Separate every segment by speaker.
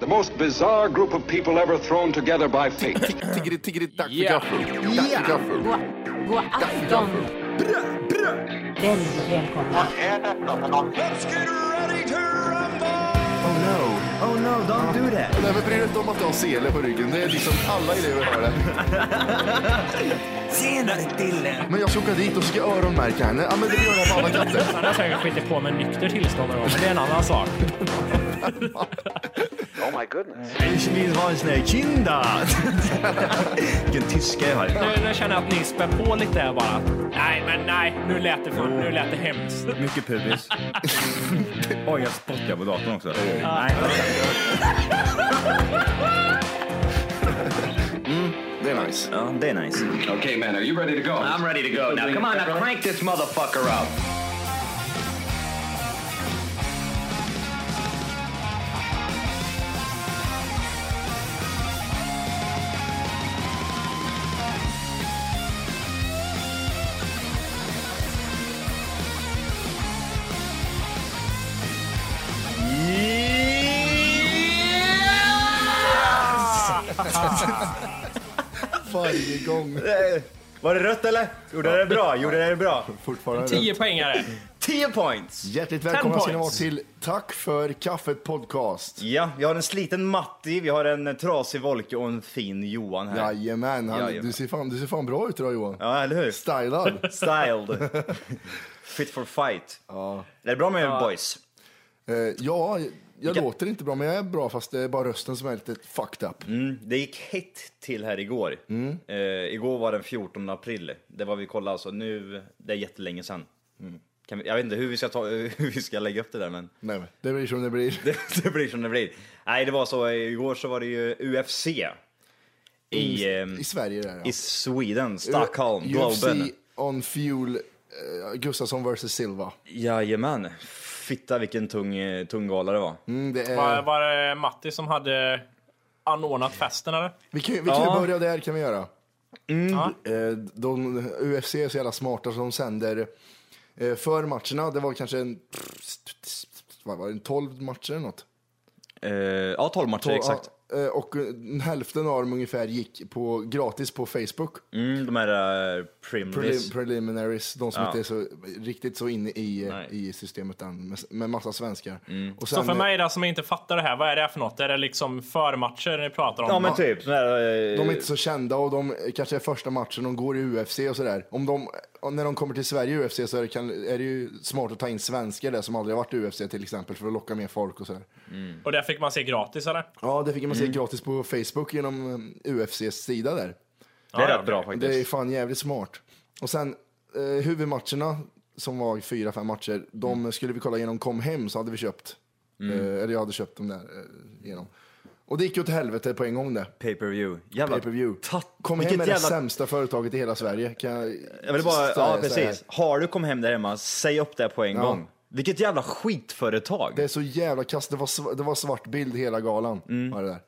Speaker 1: The most bizarre group of people ever thrown together by fate.
Speaker 2: Tiggeri, tiggeri, dack för
Speaker 3: Yeah.
Speaker 2: gaffel. Dack för gaffel.
Speaker 4: God, god afton. Väldigt välkomna.
Speaker 5: Oh no, oh no, don't do that.
Speaker 2: Nej, men bry dig inte om att du har sele på ryggen. Det är liksom alla elever har det.
Speaker 5: Senare Dille!
Speaker 2: Men jag ska åka dit och ska öronmärka henne. Ja, men det gör jag på alla katter.
Speaker 3: Han har säkert skitit på med nykter tillstånd och då, men det är en annan sak.
Speaker 5: Ich will ha en sån här kinda. Vilken tyska jag har.
Speaker 3: Nu, nu känner jag att ni spär på lite här bara. Nej, men nej, nu lät det, fan, nu lät det hemskt.
Speaker 6: Mycket pubis. Oj, jag spottar på datorn också.
Speaker 2: Det är nice.
Speaker 6: Ja, det är nice.
Speaker 1: okay, man, are you ready to go?
Speaker 7: I'm ready to go. Now, come on, now crank this motherfucker up.
Speaker 2: Varje gång.
Speaker 6: Var det rött eller? Gjorde jag det bra? Gjorde jag det bra?
Speaker 2: Fortfarande.
Speaker 3: 10 poängare.
Speaker 6: 10 points!
Speaker 2: Hjärtligt välkomna ska ni vara
Speaker 3: points.
Speaker 2: till Tack för kaffet podcast.
Speaker 6: Ja, vi har en sliten Matti, vi har en trasig Volke och en fin Johan här. Ja,
Speaker 2: Jajamän, han,
Speaker 6: Jajamän.
Speaker 2: du, ser fan, du ser fan bra ut idag Johan.
Speaker 6: eller hur?
Speaker 2: Stylad.
Speaker 6: Styled. Fit for fight. Det är bra med er boys.
Speaker 2: Eh, ja, jag
Speaker 6: Ja.
Speaker 2: låter inte bra men jag är bra fast det är bara rösten som är lite fucked up.
Speaker 6: Mm, det gick hett till här igår. Eh, igår var den 14 april. Det var vi kollade alltså. Nu, det är jättelänge sedan. Mm. Kan vi, jag vet inte hur vi, ska ta, hur vi ska lägga upp det där men
Speaker 2: Nej, men det blir som det blir.
Speaker 6: det, det blir som det blir. Nej det var så, eh, igår så var det ju UFC. I, ehm,
Speaker 2: I Sverige är det. ja.
Speaker 6: i Sweden, Stockholm,
Speaker 2: UFC
Speaker 6: Globen.
Speaker 2: on fuel, eh, Gustafsson vs Silva.
Speaker 6: Jajamän. Fitta vilken tung, eh, tung gala det var.
Speaker 2: Mm, det är,
Speaker 3: Var, var det Matti som hade anordnat festen eller?
Speaker 2: Vi kan, vi kan
Speaker 6: Ja.
Speaker 2: ju börja där kan vi göra.
Speaker 3: Ja.
Speaker 2: Eh, de, UFC är så jävla smarta som sänder eh, för matcherna. Det var kanske en, vad var det, en 12 matcher eller något.
Speaker 6: Eh, ja 12 matcher exakt.
Speaker 2: Ja, eh, och eh, hälften av dem ungefär gick på, gratis på Facebook.
Speaker 6: Mm, de här eh,
Speaker 2: Prelim,
Speaker 6: primlis.
Speaker 2: preliminaries, de som
Speaker 6: Ja.
Speaker 2: inte är så, riktigt så inne i, eh,
Speaker 6: Nej.
Speaker 2: i systemet än, med, med massa svenskar. Och
Speaker 3: Så
Speaker 2: sen,
Speaker 3: för
Speaker 2: eh,
Speaker 3: mig då, som inte fattar det här, vad är det för något? Är det liksom förmatcher ni pratar om?
Speaker 6: Ja men typ. sån Här, eh,
Speaker 2: De är inte så kända och de eh, kanske är första matchen de går i UFC och sådär. Om de, och när de kommer till Sverige i UFC så är det, kan, är det ju smart att ta in svenskar där som aldrig har varit i UFC till exempel för att locka mer folk och sådär. Mm.
Speaker 3: Och det fick man se gratis eller?
Speaker 2: Ja, det fick man se gratis på Facebook genom eh, UFCs sida där.
Speaker 6: Det är
Speaker 3: Ja,
Speaker 6: rätt bra faktiskt.
Speaker 2: Det är fan jävligt smart. Och sen eh, huvudmatcherna som var fyra, fem matcher, de
Speaker 6: Mm.
Speaker 2: skulle vi kolla genom kom hem så hade vi köpt. Eh, eller jag hade köpt dem där eh, genom. Och det gick ju åt helvete på en gång det.
Speaker 6: Pay per view. Jävla
Speaker 2: Pay per view.
Speaker 6: tatt-
Speaker 2: Kom hem
Speaker 6: vilket
Speaker 2: med det
Speaker 6: jävla-
Speaker 2: sämsta företaget i hela Sverige. Kan jag,
Speaker 6: Jag vill bara,
Speaker 2: säga
Speaker 6: ja
Speaker 2: så här.
Speaker 6: precis. Har du kommit hem där hemma, säg upp det på en
Speaker 2: Ja.
Speaker 6: gång. Vilket jävla skitföretag.
Speaker 2: Det är så jävla kast. Det var, sv- det var svart bild hela galan.
Speaker 6: Mm.
Speaker 2: Var det där.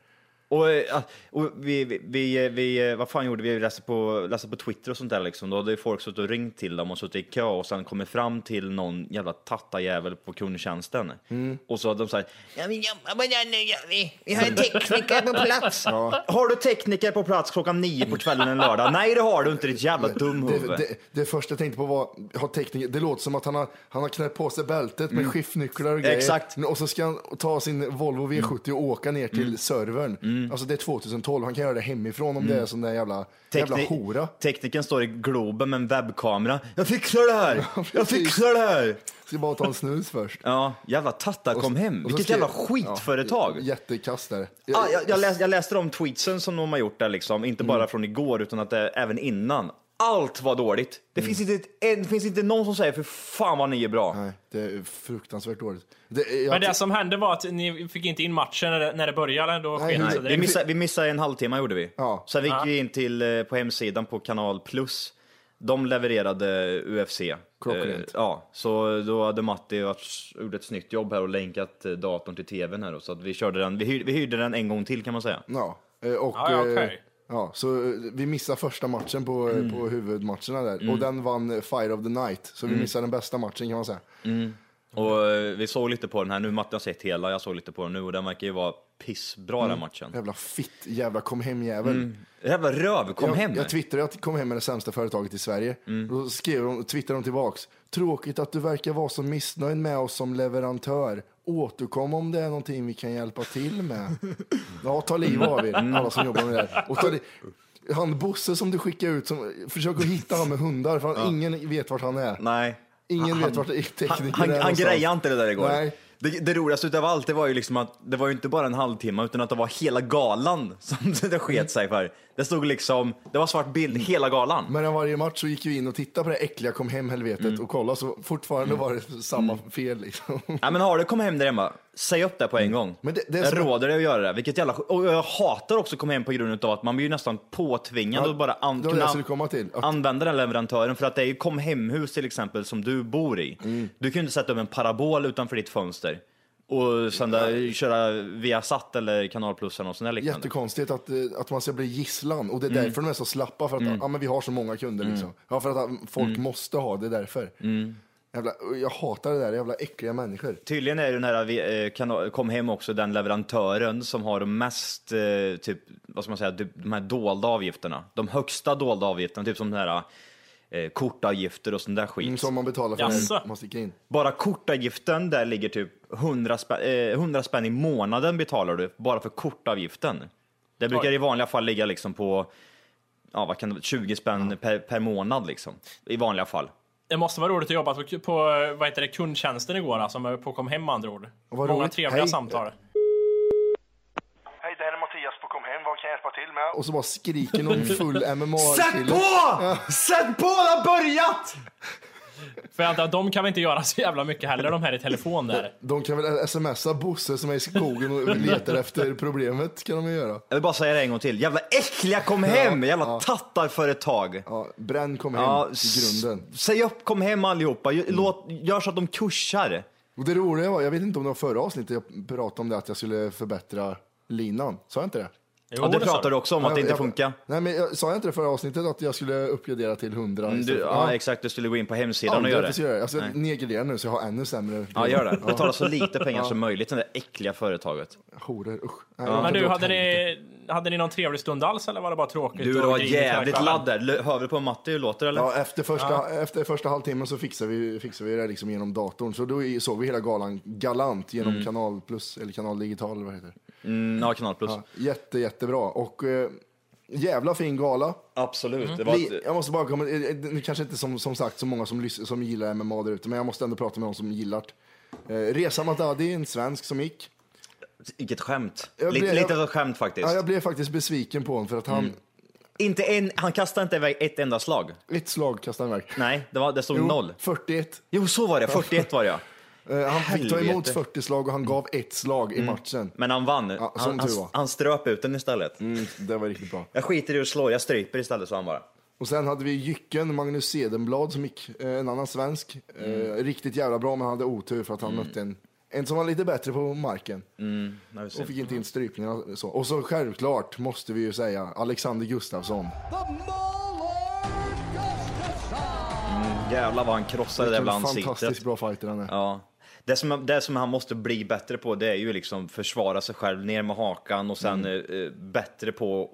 Speaker 6: Och, eh, och vi, vi, vi, eh, vi, vad fan gjorde vi? Vi läste på, läste på Twitter och sånt där liksom. Då hade ju folk suttit och ringt till dem och suttit i kö och sen kommit fram till någon jävla tattarjävel på kundtjänsten.
Speaker 2: Mm.
Speaker 6: Och så hade de sagt, ja, vi jobbar på den nu gör vi. Vi har en tekniker på plats. Har du tekniker på plats klockan nio på kvällen en lördag? Nej det har du inte ditt jävla dumhuvud.
Speaker 2: Det, det, det första jag tänkte på var, har tekniker, det låter som att han har, han har knäppt på sig bältet med skiftnycklar och grejer.
Speaker 6: Mm. Exakt. Mm.
Speaker 2: Och så ska han ta sin Volvo V70 och åka ner till servern. Alltså det är 2012, han kan göra det hemifrån om det är sån där jävla, jävla
Speaker 6: Mm. Tekni-
Speaker 2: hora.
Speaker 6: Tekniken står i Globen med en webbkamera. Jag fixar det här! Jag
Speaker 2: precis.
Speaker 6: fixar det här!
Speaker 2: Ska bara ta en snus först.
Speaker 6: Ja, jävla tattar kom hem.
Speaker 2: Och så
Speaker 6: Vilket
Speaker 2: skrev-
Speaker 6: jävla skitföretag.
Speaker 2: Ja, jättekast där.
Speaker 6: Ja, jag, jag, läs, jag läste de tweetsen som de har gjort där liksom, inte
Speaker 2: Mm.
Speaker 6: bara från igår utan att det, även innan. Allt var dåligt. Det,
Speaker 2: Mm.
Speaker 6: finns inte, ett- en, det finns inte någon som säger för fan vad ni är bra.
Speaker 2: Nej, det är fruktansvärt dåligt. Det, jag,
Speaker 3: Men det som hände var att ni fick inte in matchen när det, när det började. eller? Då
Speaker 2: Nej,
Speaker 3: sken det
Speaker 2: nej.
Speaker 3: sig
Speaker 6: Vi,
Speaker 3: direkt.
Speaker 6: missade, vi missade en halvtimme gjorde vi.
Speaker 2: Ja.
Speaker 6: Sen gick vi in till, eh, på hemsidan på kanal plus. De levererade UFC.
Speaker 2: Klockrent.
Speaker 6: Eh, Ja, så då hade Matti varit, gjort ett snyggt jobb här och länkat eh, datorn till tvn här då, så att vi körde den, vi, hyr, vi hyrde den en gång till kan man säga.
Speaker 2: Ja, eh, och,
Speaker 3: Ja, ja,
Speaker 2: eh,
Speaker 3: okej. Mm.
Speaker 2: ja, så eh, vi missade första matchen på, eh, på huvudmatcherna där och den vann eh, Fire of the Night. Så vi missade den bästa matchen kan man säga.
Speaker 6: Och eh, vi såg lite på den här nu, Matte har sett hela, jag såg lite på den nu och den verkar ju vara pissbra
Speaker 2: Mm.
Speaker 6: den matchen.
Speaker 2: Jävla fitt jävla kom hem-jävel.
Speaker 3: Mm.
Speaker 6: Jävla röv, kom
Speaker 2: jag,
Speaker 6: hem! Mm.
Speaker 2: Jag twittrade att kom hem med det sämsta företaget i Sverige. Då skrev de, twittrade de tillbaks. Tråkigt att du verkar vara så missnöjd med oss som leverantör. Återkom om det är någonting vi kan hjälpa till med. Ja, ta liv av er,
Speaker 6: Mm.
Speaker 2: alla som jobbar med det här. Och ta li- han Bosse som du skickade ut, som, försök att hitta han med hundar, för han, ingen vet vart han är.
Speaker 6: Nej.
Speaker 2: Ingen vet vart tekniker
Speaker 6: Han, han,
Speaker 2: är
Speaker 6: han
Speaker 2: någonstans.
Speaker 6: grejade inte det där igår.
Speaker 2: Nej.
Speaker 6: Det, det roligaste utav allt det var ju liksom att det var ju inte bara en halvtimme utan att det var hela galan som det
Speaker 2: Mm.
Speaker 6: sket sig för. Det stod liksom, det var svart bild hela galan.
Speaker 2: Men varje match så gick vi in och tittade på det äckliga kom hem helvetet
Speaker 6: Mm.
Speaker 2: och kollade så fortfarande var det samma fel liksom.
Speaker 6: Ja, men har du kom hem där hemma, säg upp det på en gång.
Speaker 2: Mm. Men det- det är
Speaker 6: jag
Speaker 2: som-
Speaker 6: råder dig att göra det. Vilket jävla... Och jag hatar också att komma hem på grund av att man blir ju nästan påtvingad
Speaker 2: Ja,
Speaker 6: att bara an...
Speaker 2: det var det jag skulle komma till. Att-
Speaker 6: använda den leverantören. För att det är ju kom hemhus till exempel som du bor i.
Speaker 2: Mm.
Speaker 6: Du kan ju inte sätta upp en parabol utanför ditt fönster och sända, köra Viasat eller Kanal Plus eller något sånt där liknande.
Speaker 2: Jättekonstigt att, eh, att man ska bli gisslan och det är
Speaker 6: Mm.
Speaker 2: därför de är så slappa för att ja, men vi har så många kunder liksom. Ja, för att ah, folk
Speaker 6: Mm.
Speaker 2: måste ha det är därför. Jävla, jag hatar det där, jävla äckliga människor.
Speaker 6: Tydligen är den här vi- eh, kana- kom hem också den leverantören som har de mest, eh, typ, vad ska man säga, de- de här dolda avgifterna. De högsta dolda avgifterna, typ som den här eh, kortavgifter och sån där skit.
Speaker 2: Mm, Som man betalar för
Speaker 3: Jaså?
Speaker 2: när man sticker in.
Speaker 6: Bara kortavgiften där ligger typ 100 spänn, eh, 100 spänn i månaden betalar du bara för kortavgiften. Det brukar
Speaker 3: Oj.
Speaker 6: i vanliga fall ligga liksom på ja, vad kan det, vara, 20 spänn per, per månad liksom. I vanliga fall.
Speaker 3: Det måste vara roligt att jobba på, på vad heter det, kundtjänsten igår, alltså, med- på kom hem med andra ord.
Speaker 2: vad
Speaker 3: Många
Speaker 2: roligt.
Speaker 3: trevliga
Speaker 2: Hej.
Speaker 3: samtal.
Speaker 2: Hej, det här är Mattias på Kom Hem, vad kan jag hjälpa till med? Och så bara skriker någon full mma
Speaker 6: Sätt på! Sätt på! Det har börjat!
Speaker 3: För jag antar att de kan väl inte göra så jävla mycket heller, de här i telefon där.
Speaker 2: De kan väl smsa Bosse som är i skogen och letar efter problemet, kan de ju göra.
Speaker 6: Jag vill bara säga det en gång till. Jävla äckliga kom hem! Jävla tattarföretag.
Speaker 2: Ja, bränn kom hem
Speaker 6: Ja,
Speaker 2: i grunden.
Speaker 6: s- Säg upp, kom hem allihopa. Gör- Låt, gör så att de kursar.
Speaker 2: Och det roliga var, jag vet inte om det var förra avsnittet jag pratade om det, att jag skulle förbättra linan. Sa jag inte det?
Speaker 3: Jo,
Speaker 6: Ja, det
Speaker 3: det sa
Speaker 6: pratar du också om, att det inte
Speaker 2: jag,
Speaker 6: funkar.
Speaker 2: Nej, men jag, sa jag inte det förra avsnittet att jag skulle uppgradera till 100?
Speaker 6: Mm, Du, ja, exakt. Du skulle gå in på hemsidan och
Speaker 2: Andra
Speaker 6: göra
Speaker 2: precis
Speaker 6: det.
Speaker 2: gör det. Alltså, jag nedgraderar nu så jag har ännu sämre
Speaker 6: Ja, gör det. Betala så lite pengar som möjligt till det där äckliga företaget.
Speaker 2: horor. Usch. Nej,
Speaker 3: Men
Speaker 2: det
Speaker 3: du,
Speaker 2: låter
Speaker 3: hade
Speaker 2: helvete.
Speaker 3: ni, hade ni någon trevlig stund alls eller var det bara tråkigt?
Speaker 6: Du,
Speaker 3: och
Speaker 6: du har
Speaker 3: grinigt hela
Speaker 6: jävligt
Speaker 3: kvällen?
Speaker 6: ladd där. L- Hör du på Matti hur det låter eller?
Speaker 2: Ja, efter, första, efter första halvtimmen så fixade vi, fixade vi det liksom genom datorn. Så då i- såg vi hela galan galant genom Kanal Plus, eller Kanal Digital eller vad det heter.
Speaker 6: Mm, ja, Kanal Plus.
Speaker 2: Ja, jätte, jättebra. Och eh, jävla fin gala.
Speaker 6: Absolut. Det var
Speaker 2: Li-
Speaker 6: ett,
Speaker 2: Jag måste bara komma, eh, eh, nu kanske inte som, som sagt så många som, lys- som gillar MMA där ute, men jag måste ändå prata med någon som gillar det. Eh, Reza Madadi, en svensk som gick.
Speaker 6: vilket skämt.
Speaker 2: Jag
Speaker 6: Lite,
Speaker 2: blev-
Speaker 6: lite av ett skämt faktiskt. Mm.
Speaker 2: Ja, jag blev faktiskt besviken på honom för att han,
Speaker 6: Inte en, han kastade inte iväg ett enda slag.
Speaker 2: ett slag kastade han iväg.
Speaker 6: Nej, det, var, det stod
Speaker 2: Jo,
Speaker 6: noll.
Speaker 2: 41.
Speaker 6: Jo, så var det. 41 var det ja.
Speaker 2: Eh, han fick ta emot
Speaker 6: Helvete. Mm.
Speaker 2: 40 slag och han gav ett slag i matchen.
Speaker 6: Men han vann.
Speaker 2: Ja, som
Speaker 6: han, han,
Speaker 2: tur var.
Speaker 6: han ströp ut den istället.
Speaker 2: Mm, det var riktigt bra.
Speaker 6: Jag skiter i att slå, jag stryper istället, sa han bara.
Speaker 2: Och sen hade vi Jycken, Magnus Cedenblad som gick, eh, en annan svensk. Eh,
Speaker 6: Mm.
Speaker 2: Riktigt jävla bra, men han hade otur för att han mötte en, en som var lite bättre på marken.
Speaker 6: Mm. Nej, vi ser.
Speaker 2: Och fick inte in strypningarna. och Så. Och så självklart måste vi ju säga Alexander Gustafsson.
Speaker 6: Jävlar vad han krossade det jävla
Speaker 2: Vilken
Speaker 6: ansiktet.
Speaker 2: fantastiskt bra fighter han är.
Speaker 6: Ja. Det som, det som han måste bli bättre på det är ju liksom försvara sig själv, ner med hakan och sen eh,
Speaker 2: Mm.
Speaker 6: eh, bättre på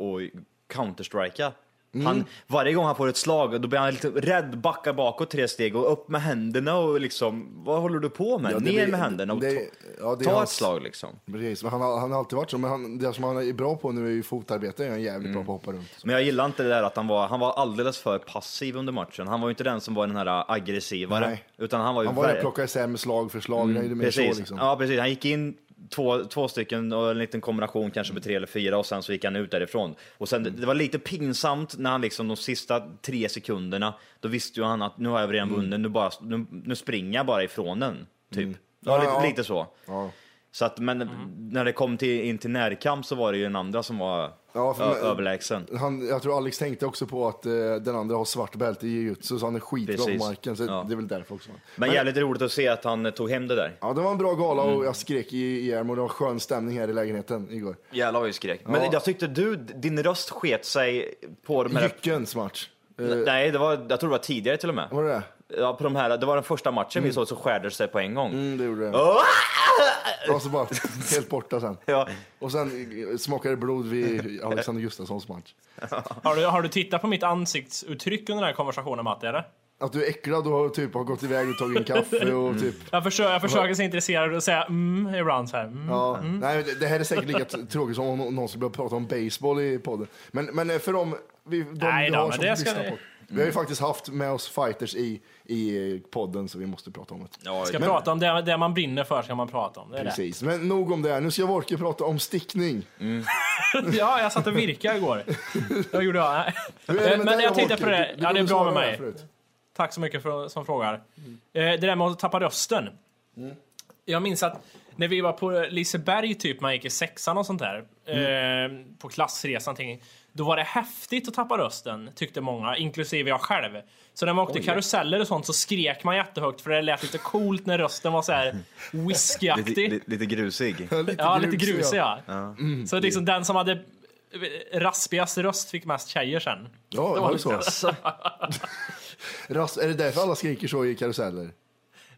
Speaker 6: att counterstrika.
Speaker 2: Mm.
Speaker 6: Han, varje gång han får ett slag då blir han lite rädd, backar bakåt tre steg och upp med händerna och liksom, vad håller du på med?
Speaker 2: Ja, det
Speaker 6: ner
Speaker 2: blir-
Speaker 6: med händerna och
Speaker 2: det-
Speaker 6: ta,
Speaker 2: ja, det är
Speaker 6: ta
Speaker 2: hans-
Speaker 6: ett slag liksom.
Speaker 2: Precis, men han, har- han har alltid varit så. Men han, det som han är bra på nu är ju fotarbete. Han är jävligt
Speaker 6: Mm.
Speaker 2: bra på att hoppa runt.
Speaker 6: Men jag gillar inte det där att han var, han var alldeles för passiv under matchen. Han var ju inte den som var den här aggressivare.
Speaker 2: Nej.
Speaker 6: Utan han var ju
Speaker 2: Han var där
Speaker 6: ver-
Speaker 2: och plockade isär med slag för slag. det är mer
Speaker 6: Mm, Precis.
Speaker 2: så liksom.
Speaker 6: Ja, precis. Han gick in två, två stycken och en liten kombination kanske med tre eller fyra och sen så gick han ut därifrån. Och sen det var lite pinsamt när han liksom de sista tre sekunderna, då visste ju han att nu har jag redan
Speaker 2: Mm.
Speaker 6: vunnit, nu, bara, nu, nu springer jag bara ifrån den. Typ. Ja,
Speaker 2: Ja,
Speaker 6: lite,
Speaker 2: ja.
Speaker 6: lite så.
Speaker 2: Ja.
Speaker 6: Så att, men när det kom till, in till närkamp så var det ju den andra som var
Speaker 2: Ja, för
Speaker 6: ö-
Speaker 2: mig-
Speaker 6: överlägsen.
Speaker 2: Han, jag tror Alex tänkte också på att eh, den andra har svart bälte i jujutsu, så han är skitbra
Speaker 6: Precis.
Speaker 2: på marken. Så
Speaker 6: Ja.
Speaker 2: Det är väl därför också.
Speaker 6: Men jävligt roligt att se att han eh, tog hem det där.
Speaker 2: Ja, det var en bra gala
Speaker 6: Mm.
Speaker 2: och jag skrek i- i järn och det var skön stämning här i lägenheten igår.
Speaker 6: Jävlar vad vi skrek. Men jag tyckte du, din röst sket sig på de här...
Speaker 2: Jyckens match. Eh,
Speaker 6: Nej, det var, jag tror det var tidigare till och med.
Speaker 2: var det det?
Speaker 6: ja, på de här, det var den första matchen
Speaker 3: Mm.
Speaker 6: vi såg så skärde det sig på en gång.
Speaker 2: Mm, det gjorde det.
Speaker 6: Åh!
Speaker 2: Och så bara helt borta sen.
Speaker 6: Ja.
Speaker 2: Och sen eh, smakade det blod vid Alexander Gustafssons match.
Speaker 3: Har du, har du tittat på mitt ansiktsuttryck under den här konversationen Matti eller?
Speaker 2: Att du är äcklad och typ har gått iväg och tagit en kaffe
Speaker 6: Mm.
Speaker 2: och typ.
Speaker 3: Jag försöker, jag försöker se intresserad och säga mm ibland så här. Mm.
Speaker 2: Ja. Nej, det- det här är säkert lika t- tråkigt som om nå- någon skulle börja prata om baseball i podden. Men, men eh, för dem, vi, de
Speaker 3: Nej
Speaker 2: vi
Speaker 3: då,
Speaker 2: har
Speaker 3: men
Speaker 2: som
Speaker 3: det ska
Speaker 2: lyssnar
Speaker 3: vi- Mm.
Speaker 2: på. Vi har ju faktiskt haft med oss fighters i, i eh, podden så vi måste prata om det.
Speaker 6: Ja,
Speaker 3: Ska prata om det, det man brinner för ska man prata om. Det är det.
Speaker 2: Precis, men nog om det. här. Nu ska Wolke prata om stickning.
Speaker 3: Ja, jag satt och virkade igår. Det gjorde jag. Nej.
Speaker 2: Hur är det med
Speaker 3: Men
Speaker 2: dig,
Speaker 3: jag tittar
Speaker 2: Wolke?
Speaker 3: på det.
Speaker 2: Du- du
Speaker 3: Ja, det är
Speaker 2: kunde
Speaker 3: bra
Speaker 2: svara
Speaker 3: med
Speaker 2: här
Speaker 3: mig.
Speaker 2: förut.
Speaker 3: Tack så mycket för, som frågar.
Speaker 6: Mm.
Speaker 3: Eh, det där med att tappa rösten. Jag minns att när vi var på Liseberg, typ, man gick i sexan och sånt där.
Speaker 6: Mm.
Speaker 3: Eh, på klassresan, ting, då var det häftigt att tappa rösten, tyckte många, inklusive jag själv. Så när man åkte karuseller och sånt så skrek man jättehögt för det lät lite coolt när rösten var så här
Speaker 6: lite,
Speaker 3: whiskyaktig.
Speaker 6: lite, lite grusig.
Speaker 3: Ja, lite grusig ja. Så
Speaker 6: Mm.
Speaker 3: liksom den som hade raspigast röst fick mest tjejer sen.
Speaker 2: Ja, det var ju så.
Speaker 6: Alltså,
Speaker 2: Ras, är det därför alla skriker så i karuseller?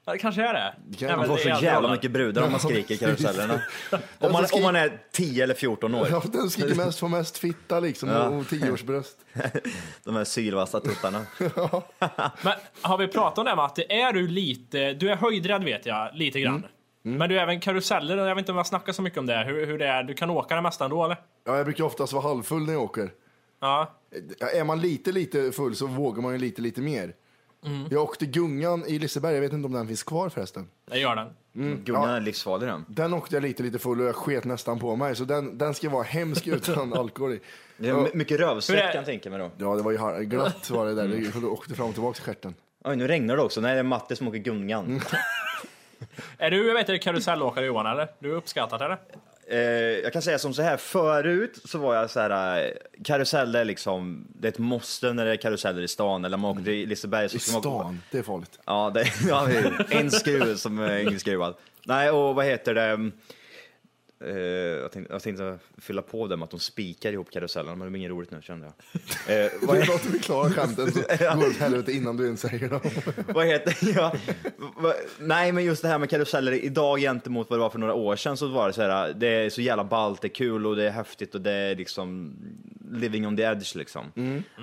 Speaker 3: Ja, det kanske är det.
Speaker 2: kan
Speaker 3: Nej,
Speaker 2: vara
Speaker 6: man
Speaker 3: men
Speaker 6: får
Speaker 3: det
Speaker 6: så
Speaker 3: är allt
Speaker 6: jävla
Speaker 3: bra.
Speaker 6: mycket brudar om man skriker i karusellerna. Om man, om man är 10 eller 14 år.
Speaker 2: Ja, den skriker mest, får mest fitta liksom och tioårsbröst.
Speaker 6: De här sylvassa tuttarna.
Speaker 3: Men har vi pratat om det här Matti? Är du lite, du är höjdrädd vet jag, lite grann. Men du är även karuseller, och jag vet inte om jag snackar så mycket om det, hur, hur det är, du kan åka det mesta ändå eller?
Speaker 2: Ja, jag brukar oftast vara halvfull när jag åker.
Speaker 3: Ja.
Speaker 2: Är man lite, lite full så vågar man ju lite, lite mer. Jag åkte Gungan i Liseberg, jag vet inte om den finns kvar förresten.
Speaker 3: Det gör den.
Speaker 6: Gungan är livsfarlig den.
Speaker 2: Den åkte jag lite, lite full och jag sket nästan på mig, så den, den ska vara hemsk utan alkohol i.
Speaker 6: Det är my- mycket rövsäck
Speaker 3: Hur är-
Speaker 6: kan jag tänka mig då.
Speaker 2: Ja, det var ju har- glatt var det där, det åkte fram och tillbaka i stjärten.
Speaker 6: Oj, nu regnar det också. Nej, det är Matte som åker
Speaker 3: Mm.
Speaker 6: gungan.
Speaker 3: Är du, jag vet inte, karusellåkare Johan eller? Du är uppskattad eller?
Speaker 6: Eh, jag kan säga som så här, förut så var jag så här, eh, karuseller liksom, det är ett måste när det är karuseller i stan eller man åker till Liseberg. Så
Speaker 2: I
Speaker 6: ska man åka-
Speaker 2: stan, det är farligt.
Speaker 6: Ja, det, ja, det är en skruv som är ingen skruvad. Nej, och vad heter det? Eh, jag, tänkte, jag tänkte fylla på det med att de spikar ihop karusellerna, men det blir inget roligt nu kände jag. Eh, vad,
Speaker 2: Du låter vi klara skämten så går det åt helvete innan du ens säger dem.
Speaker 6: vad heter ja, vad- Nej, men just det här med karuseller idag gentemot vad det var för några år sedan så var det så här, det är så jävla ballt, det är kul och det är häftigt och det är liksom living on the edge liksom.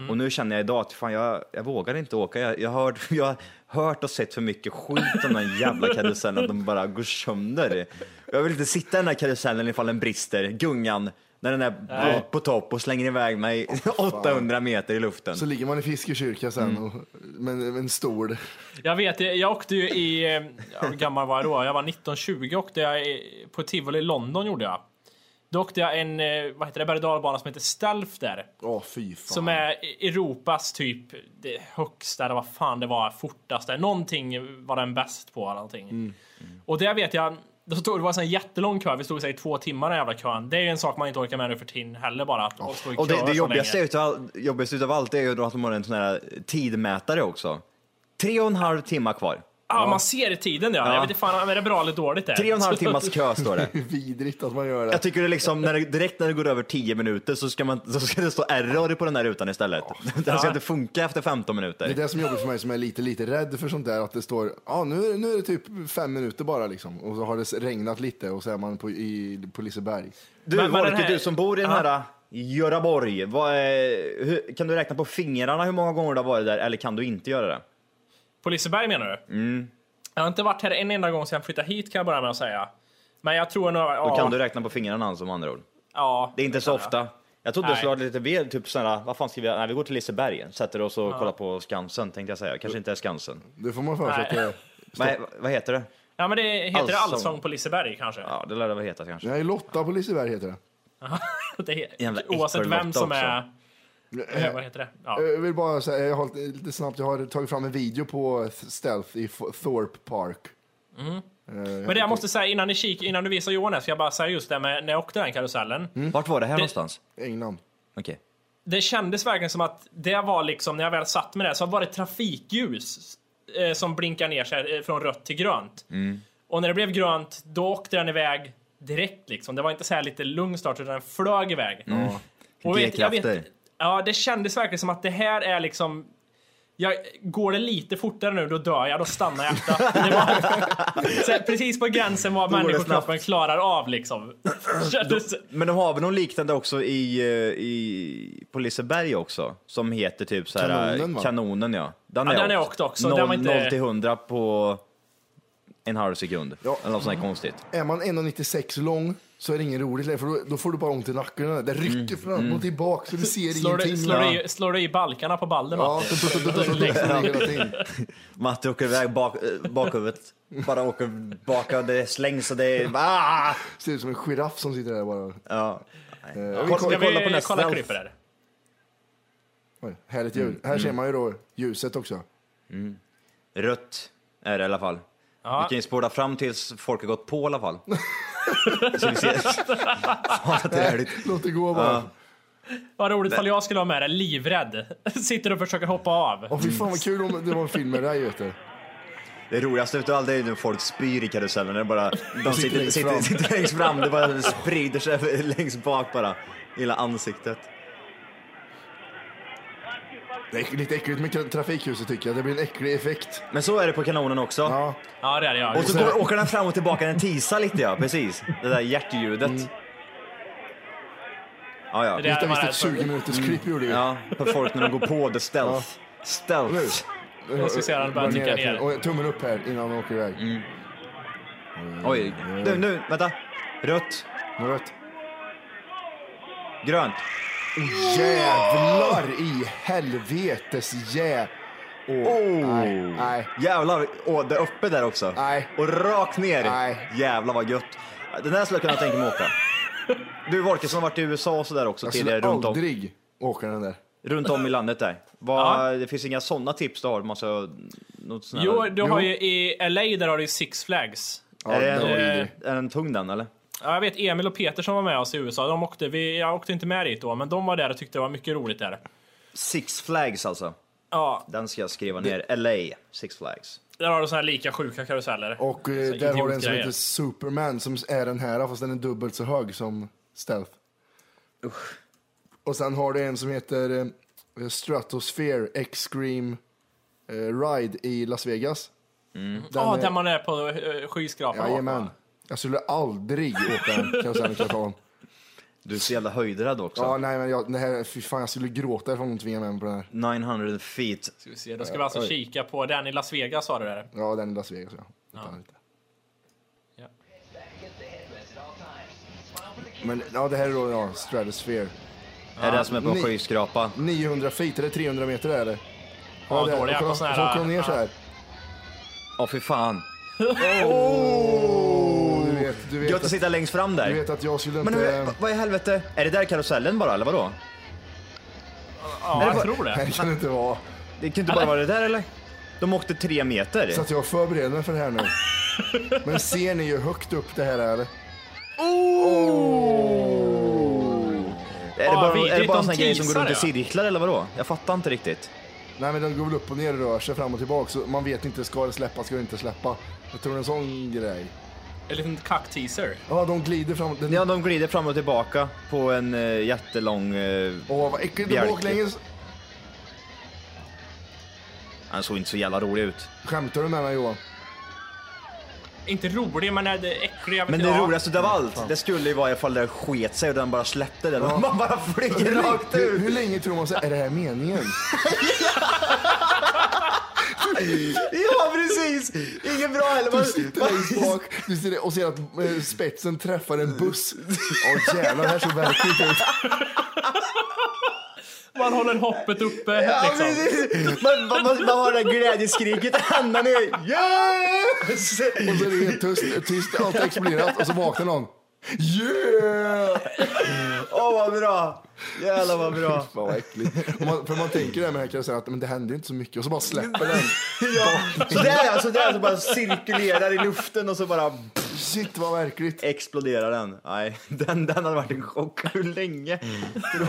Speaker 6: Och nu känner jag idag att fan, jag, jag vågar inte åka. Jag, jag, har, jag har hört och sett för mycket skit om den jävla karusellen, att de bara går sönder. Jag vill inte sitta i den här karusellen ifall den brister, gungan, när den är på, på topp och slänger iväg mig 800 meter i luften.
Speaker 2: Så ligger man i Fiskekyrka sen och, med, med en stol.
Speaker 3: Jag vet, jag åkte ju i, eh, ja, hur gammal var jag då? Jag var 19-20 åkte jag i, på Tivoli i London gjorde jag. Då åkte jag en, eh, vad heter det, berg och dalbana som heter Stealth där.
Speaker 2: Åh, fy fan.
Speaker 3: Som är E- Europas typ det högsta, eller vad fan det var, fortaste. Någonting var den bäst på. eller Någonting.
Speaker 6: Mm,
Speaker 3: Och det vet jag, då stod, det var en sån jättelång kö, vi stod så här i två timmar i den jävla kön. Det är ju en sak man inte orkar med nu för tiden heller bara. Att att stå i
Speaker 6: Och
Speaker 3: köer
Speaker 6: det, det
Speaker 3: så
Speaker 6: jobbigaste,
Speaker 3: länge.
Speaker 6: utav, all- jobbigaste utav allt är ju då att de har en sån här eh, tidmätare också. Tre och en halv timme kvar.
Speaker 3: Ja, man ser i tiden ja.
Speaker 6: Ja.
Speaker 3: Jag vet inte fan, är det bra eller dåligt det?
Speaker 6: Tre och en halv timmas kö står det.
Speaker 2: Vidrigt att man gör det.
Speaker 6: Jag tycker det är liksom, när det, direkt när det går över 10 minuter så ska, man, så ska det stå error på den här rutan istället. Den ska inte funka efter 15
Speaker 2: Det
Speaker 6: minuter.
Speaker 2: är det som är jobbigt för mig som är lite, lite rädd för sånt där. Att det står, ja ah, nu, är det- nu är det typ fem minuter bara liksom. Och så har det regnat lite och så är man på, i, på Liseberg.
Speaker 6: Du
Speaker 3: Men- men den
Speaker 6: Volke,
Speaker 3: här-
Speaker 6: du som bor i den
Speaker 3: Ja.
Speaker 6: här Göraborg, vad är, hur, kan du räkna på fingrarna hur många gånger du har varit där eller kan du inte göra det?
Speaker 3: På Liseberg menar du?
Speaker 6: Mm.
Speaker 3: Jag har inte varit här en enda gång sedan jag flyttade hit kan jag börja med att säga. Men jag tror nog...
Speaker 6: Då
Speaker 3: Ja,
Speaker 6: kan du räkna på fingrarna alltså med andra ord.
Speaker 3: ja,
Speaker 6: Det är inte så ofta. Jag trodde det
Speaker 3: Nej.
Speaker 6: skulle vara lite mer, typ sådana, vad fan ska vi göra? Nej, vi går till Liseberg, sätter oss och kollar på Skansen tänkte jag säga. Kanske inte är Skansen.
Speaker 2: Det får man för sig att det är.
Speaker 6: Vad, vad heter det?
Speaker 3: Ja men det heter
Speaker 6: Allsång.
Speaker 3: Allsång, Allsång på Liseberg kanske.
Speaker 6: Ja, det lär det väl heta kanske.
Speaker 2: Nej, Lotta på Liseberg heter det.
Speaker 3: Det,
Speaker 6: Jävla
Speaker 3: är- oavsett vem
Speaker 6: äckellotta
Speaker 3: som
Speaker 6: också.
Speaker 3: är... Eh, vad heter det? Ja.
Speaker 2: Jag vill bara säga, jag har lite- lite snabbt, jag har tagit fram en video på Stealth i F- Thorpe Park.
Speaker 3: Men det jag måste säga innan, ni kik, innan du visar Johan här, ska jag bara säga just det med när jag åkte den karusellen.
Speaker 2: Mm.
Speaker 6: Vart var det här någonstans?
Speaker 2: England.
Speaker 6: Okej.
Speaker 3: Det kändes verkligen som att det var liksom, när jag väl satt med det, så var det trafikljus eh, som blinkar ner sig eh, från rött till grönt. Och när det blev grönt, då åkte den iväg direkt liksom. Det var inte så här lite lugn start, utan den flög iväg. Och vet- jag vet-
Speaker 6: G-krafter.
Speaker 3: Ja, det kändes verkligen som att det här är liksom jag, går det lite fortare nu, då dör jag. Då stannar hjärtat. Det var- så här, precis på gränsen vad
Speaker 6: det
Speaker 3: människokroppen klarar av liksom. Kändes-
Speaker 6: Men de har väl något liknande också i, eh, i, på Liseberg också? Som heter typ så här,
Speaker 2: Kanonen, va?
Speaker 6: Kanonen ja. Den
Speaker 3: Ja, den är åkt också. Den var
Speaker 6: 0,
Speaker 3: inte-
Speaker 6: till 100 på en halv sekund.
Speaker 2: Ja.
Speaker 6: Eller något sånt här konstigt.
Speaker 2: Är man 1,96 lång så är det ingen roligt längre, för då, då får du bara ont i nacken. Det rycker fram och tillbaka så du ser
Speaker 3: Slår du,
Speaker 2: ingenting.
Speaker 3: slår, du i, slår du i balkarna på ballen
Speaker 2: Ja,
Speaker 3: ja.
Speaker 2: hela tiden.
Speaker 6: Matte åker iväg bak, eh, bakhuvudet. Bara åker bak och det slängs och det är... Ah!
Speaker 2: Ser ut som en giraff som sitter där bara.
Speaker 6: Ja.
Speaker 2: Eh, vi
Speaker 6: Kolla-
Speaker 3: Ska
Speaker 2: kollar-
Speaker 3: vi
Speaker 6: på nästa
Speaker 3: kolla
Speaker 6: elf.
Speaker 3: klipp där?
Speaker 2: Oj, härligt ljud. Här ser man ju då ljuset också.
Speaker 6: Rött är det i alla fall.
Speaker 3: Ja.
Speaker 6: Vi kan ju spåra fram tills folk har gått på i alla fall. Så vi ser. Fan, det är härligt.
Speaker 2: Låt det gå bara.
Speaker 3: Vad roligt ifall jag skulle vara med där, livrädd. Sitter och försöker hoppa av.
Speaker 2: Åh fy fan vad kul om det var en film med det här vet du.
Speaker 6: Det roligaste utav allt är när folk spyr i karusellen. Det är bara,
Speaker 2: Sitter
Speaker 6: de sitter,
Speaker 2: längst
Speaker 6: sitter,
Speaker 2: fram.
Speaker 6: sitter längst fram, det bara sprider sig över- längst bak bara. Hela ansiktet.
Speaker 2: Det är lite äckligt med trafikljuset tycker jag. Det blir en äcklig effekt.
Speaker 6: Men så är det på kanonen också.
Speaker 2: Ja,
Speaker 3: Ja, det är det jag.
Speaker 6: Och så går, åker den fram och tillbaka, den tisar lite ja, precis. Det där hjärtljudet.
Speaker 2: Mm.
Speaker 6: Ja, ja.
Speaker 3: Det där
Speaker 2: det
Speaker 3: var
Speaker 2: visst
Speaker 3: det.
Speaker 2: ett 20 minuters klipp gjorde vi.
Speaker 6: ja. På folk när de går på det, stealth.
Speaker 2: Nu.
Speaker 6: Stealth.
Speaker 3: Jag ska se den bara
Speaker 2: Bara
Speaker 3: trycka ner.
Speaker 2: Och tummen upp här innan de åker iväg.
Speaker 6: Oj,
Speaker 2: Mm.
Speaker 6: nu, nu, vänta. Rött,
Speaker 2: Nu Rött.
Speaker 6: grönt.
Speaker 2: Jävlar i helvetes jä... Åh, nej, nej.
Speaker 6: Jävlar, åh, det är uppe där också.
Speaker 2: Nej.
Speaker 6: Och rakt ner.
Speaker 2: Nej.
Speaker 6: Jävlar vad gött. Den där skulle jag kunna tänka mig åka. Du Wolkesson har varit i USA och sådär också
Speaker 2: Jag
Speaker 6: tidigare,
Speaker 2: skulle
Speaker 6: runt om,
Speaker 2: aldrig åka den där.
Speaker 6: runt om i landet där. Vad- Det finns inga sådana tips du har? Massa, något sånt
Speaker 3: Jo,
Speaker 6: här.
Speaker 3: du har ju i LA, där har du ju Six Flags.
Speaker 2: Ja,
Speaker 6: är, det
Speaker 2: den
Speaker 6: en,
Speaker 2: var
Speaker 6: är
Speaker 2: vidrig.
Speaker 6: den tung den eller?
Speaker 3: Ja, jag vet Emil och Peter som var med oss i USA, de åkte, vi, jag åkte inte med dit då, men de var där och tyckte det var mycket roligt där.
Speaker 6: Six flags alltså.
Speaker 3: Ja,
Speaker 6: Den ska jag skriva ner. LA, Six flags.
Speaker 3: där har du såna här lika sjuka karuseller.
Speaker 2: Och eh,
Speaker 3: Så
Speaker 2: där har du en som
Speaker 3: Alltså, idiotgrejer.
Speaker 2: heter Superman som är den här fast den är dubbelt så hög som Stealth. Och sen har du en som heter eh, Stratosphere Extreme eh, Ride i Las Vegas. Den
Speaker 3: Ja,
Speaker 2: är-
Speaker 3: där man är på eh, skyskrapan.
Speaker 2: Jajamän. Jag skulle aldrig åka den kan jag säga med Katal.
Speaker 6: Du är så jävla höjdrädd också.
Speaker 2: Ja, nej men jag, det här, fy fan jag skulle gråta ifall de tvingade mig på den här.
Speaker 6: 900 feet.
Speaker 3: Ska vi se, då ska vi alltså
Speaker 2: Oj.
Speaker 3: kika på den i Las Vegas sa du där.
Speaker 2: Ja, den i Las Vegas ja. Utan lite.
Speaker 3: Ja.
Speaker 2: Men ja, det här är då ja, Stratosphere.
Speaker 6: Är det som är på en
Speaker 2: ni-
Speaker 6: skyskrapa?
Speaker 2: 900 feet, är det 300 meter där eller?
Speaker 3: Ja,
Speaker 2: det är-
Speaker 3: dåliga
Speaker 2: och kolla-
Speaker 3: på såna här-
Speaker 2: Så åker de ner så här.
Speaker 6: Åh fy fan.
Speaker 2: Och Du vet, du vet,
Speaker 6: Oh. Gött att
Speaker 2: att,
Speaker 6: sitta längst fram där.
Speaker 2: du vet att Oh. jag skulle
Speaker 6: Men hur,
Speaker 2: inte...
Speaker 6: vad i helvete? Är det där karusellen bara eller vadå?
Speaker 3: Ja, jag
Speaker 6: bara-
Speaker 2: Det
Speaker 3: tror det.
Speaker 2: här kan det inte vara.
Speaker 6: Det kan inte bara vara det där eller? De åkte tre meter.
Speaker 2: Så att jag förbereder mig för det här nu. Men ser ni hur högt upp det här är?
Speaker 6: är det
Speaker 3: Ja,
Speaker 6: bara,
Speaker 3: vidrigt,
Speaker 6: är det bara
Speaker 3: de
Speaker 6: en sån här grej som går
Speaker 3: teasar
Speaker 6: runt i
Speaker 3: det,
Speaker 6: cirklar eller vadå? Jag fattar inte riktigt.
Speaker 2: Nej men den går väl upp och ner och rör sig fram och tillbaka. Så man vet inte, ska det släppa, ska det inte släppa? Jag tror det är en sån grej.
Speaker 3: En liten kack-teaser.
Speaker 2: Ja, de glider fram. Den...
Speaker 6: Ja, de glider fram och tillbaka på en eh, jättelång... eh,
Speaker 2: Åh vad äckligt, de
Speaker 6: Bjälke.
Speaker 2: åker länges.
Speaker 6: han såg inte så jävla rolig ut.
Speaker 2: Skämtar du med mig Johan?
Speaker 3: Inte rolig, men är det äcklig. jag vet
Speaker 6: Men
Speaker 3: inte.
Speaker 6: det
Speaker 3: Ja.
Speaker 6: roligaste utav allt, det skulle ju vara ifall det sket sig och den bara släppte den.
Speaker 2: Ja.
Speaker 6: Man bara flyger rakt
Speaker 2: hur,
Speaker 6: ut.
Speaker 2: hur länge tror man så är det här meningen?
Speaker 6: Ja, precis! Inget bra heller.
Speaker 2: Du
Speaker 6: Man-
Speaker 2: sitter
Speaker 6: man-
Speaker 2: längst Typ. bak du sitter och ser att eh, spetsen träffar en buss. Åh jävlar, det här såg verkligt ut.
Speaker 3: Man håller hoppet uppe
Speaker 6: Ja,
Speaker 3: liksom.
Speaker 6: precis. Man, man, man, man har det där glädjeskriket, andan är yes!
Speaker 2: Och så är det helt tyst, tyst allt har exploderat och så vaknar någon. Yeah!
Speaker 6: Åh vad bra! Jävlar vad bra!
Speaker 2: Fan vad äckligt. Och Man, för man tänker det här med den här karusellen att men det händer inte så mycket och så bara släpper den.
Speaker 6: Sådär ja, sådär så alltså- bara cirkulerar i luften och så bara
Speaker 2: Shit vad verkligt.
Speaker 6: exploderar den. Nej, den, den hade varit en chock. Hur länge tror,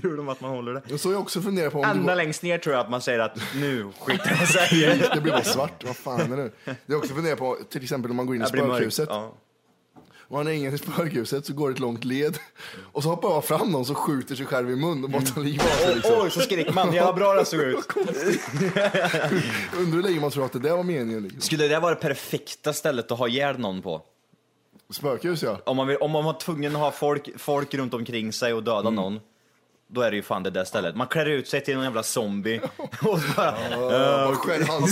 Speaker 6: tror de att man håller det?
Speaker 2: Och så har jag också funderat på om det,
Speaker 6: Ända
Speaker 2: går,
Speaker 6: längst ner tror jag att man säger att nu skiter jag sig.
Speaker 2: det blir bara svart. Vad fan är det? Jag har också funderat på till exempel om man går in i
Speaker 6: Jag blir mörk.
Speaker 2: spökhuset.
Speaker 6: Ja.
Speaker 2: Och han ringer till spökhuset så går det ett långt led. Och så hoppar jag fram någon som skjuter sig själv i mun och bara tar livet av sig. Liksom.
Speaker 6: Oj, så skrek man. Jävla bra det såg ut.
Speaker 2: Undrar hur länge man tror att det där var meningen. Liksom.
Speaker 6: Skulle det vara det perfekta stället att ha ihjäl någon på?
Speaker 2: Spökhus ja.
Speaker 6: Om man, vill, om man var tvungen att ha folk, folk runt omkring sig och döda
Speaker 3: Mm.
Speaker 6: någon, då är det ju fan det där stället. Man klär ut sig till någon jävla zombie och bara...
Speaker 2: Uh, själv, han,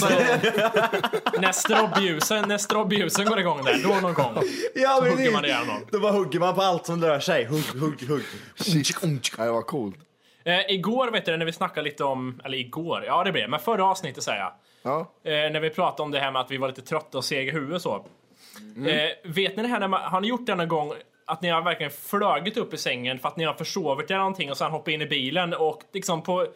Speaker 3: När strobbeljusen, när strobbeljusen går igång där, då någon gång.
Speaker 6: Ja,
Speaker 3: Så hugger man ihjäl någon.
Speaker 6: Då bara hugger man på allt som rör sig. Hugg, hugg, hugg.
Speaker 2: shit. Nej, det var coolt.
Speaker 3: Eh, igår vet du när vi snackade lite om, eller igår, ja det blev men förra avsnittet säger jag.
Speaker 2: Ja.
Speaker 3: Eh, när vi pratade om det här med att vi var lite trötta och sega i huvudet så. Eh, vet ni det här, när man, har ni gjort det någon gång? Att ni har verkligen flögit upp i sängen för att ni har försovit er någonting och sen hoppat in i bilen och liksom på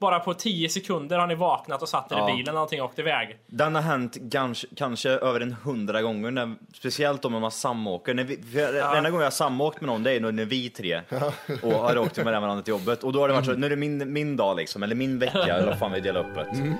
Speaker 3: bara på 10 sekunder har ni vaknat och satt er
Speaker 6: Ja.
Speaker 3: i bilen och någonting och åkt iväg.
Speaker 6: Den har hänt kanske, kanske över en hundra gånger, när, speciellt om man samåker. När vi, för Den enda gången jag har samåkt med någon, det är nog när vi tre och har åkt med varandra till jobbet. Och då har det varit så, nu är det min, min dag liksom, eller min vecka, eller vad fan vi delar upp det.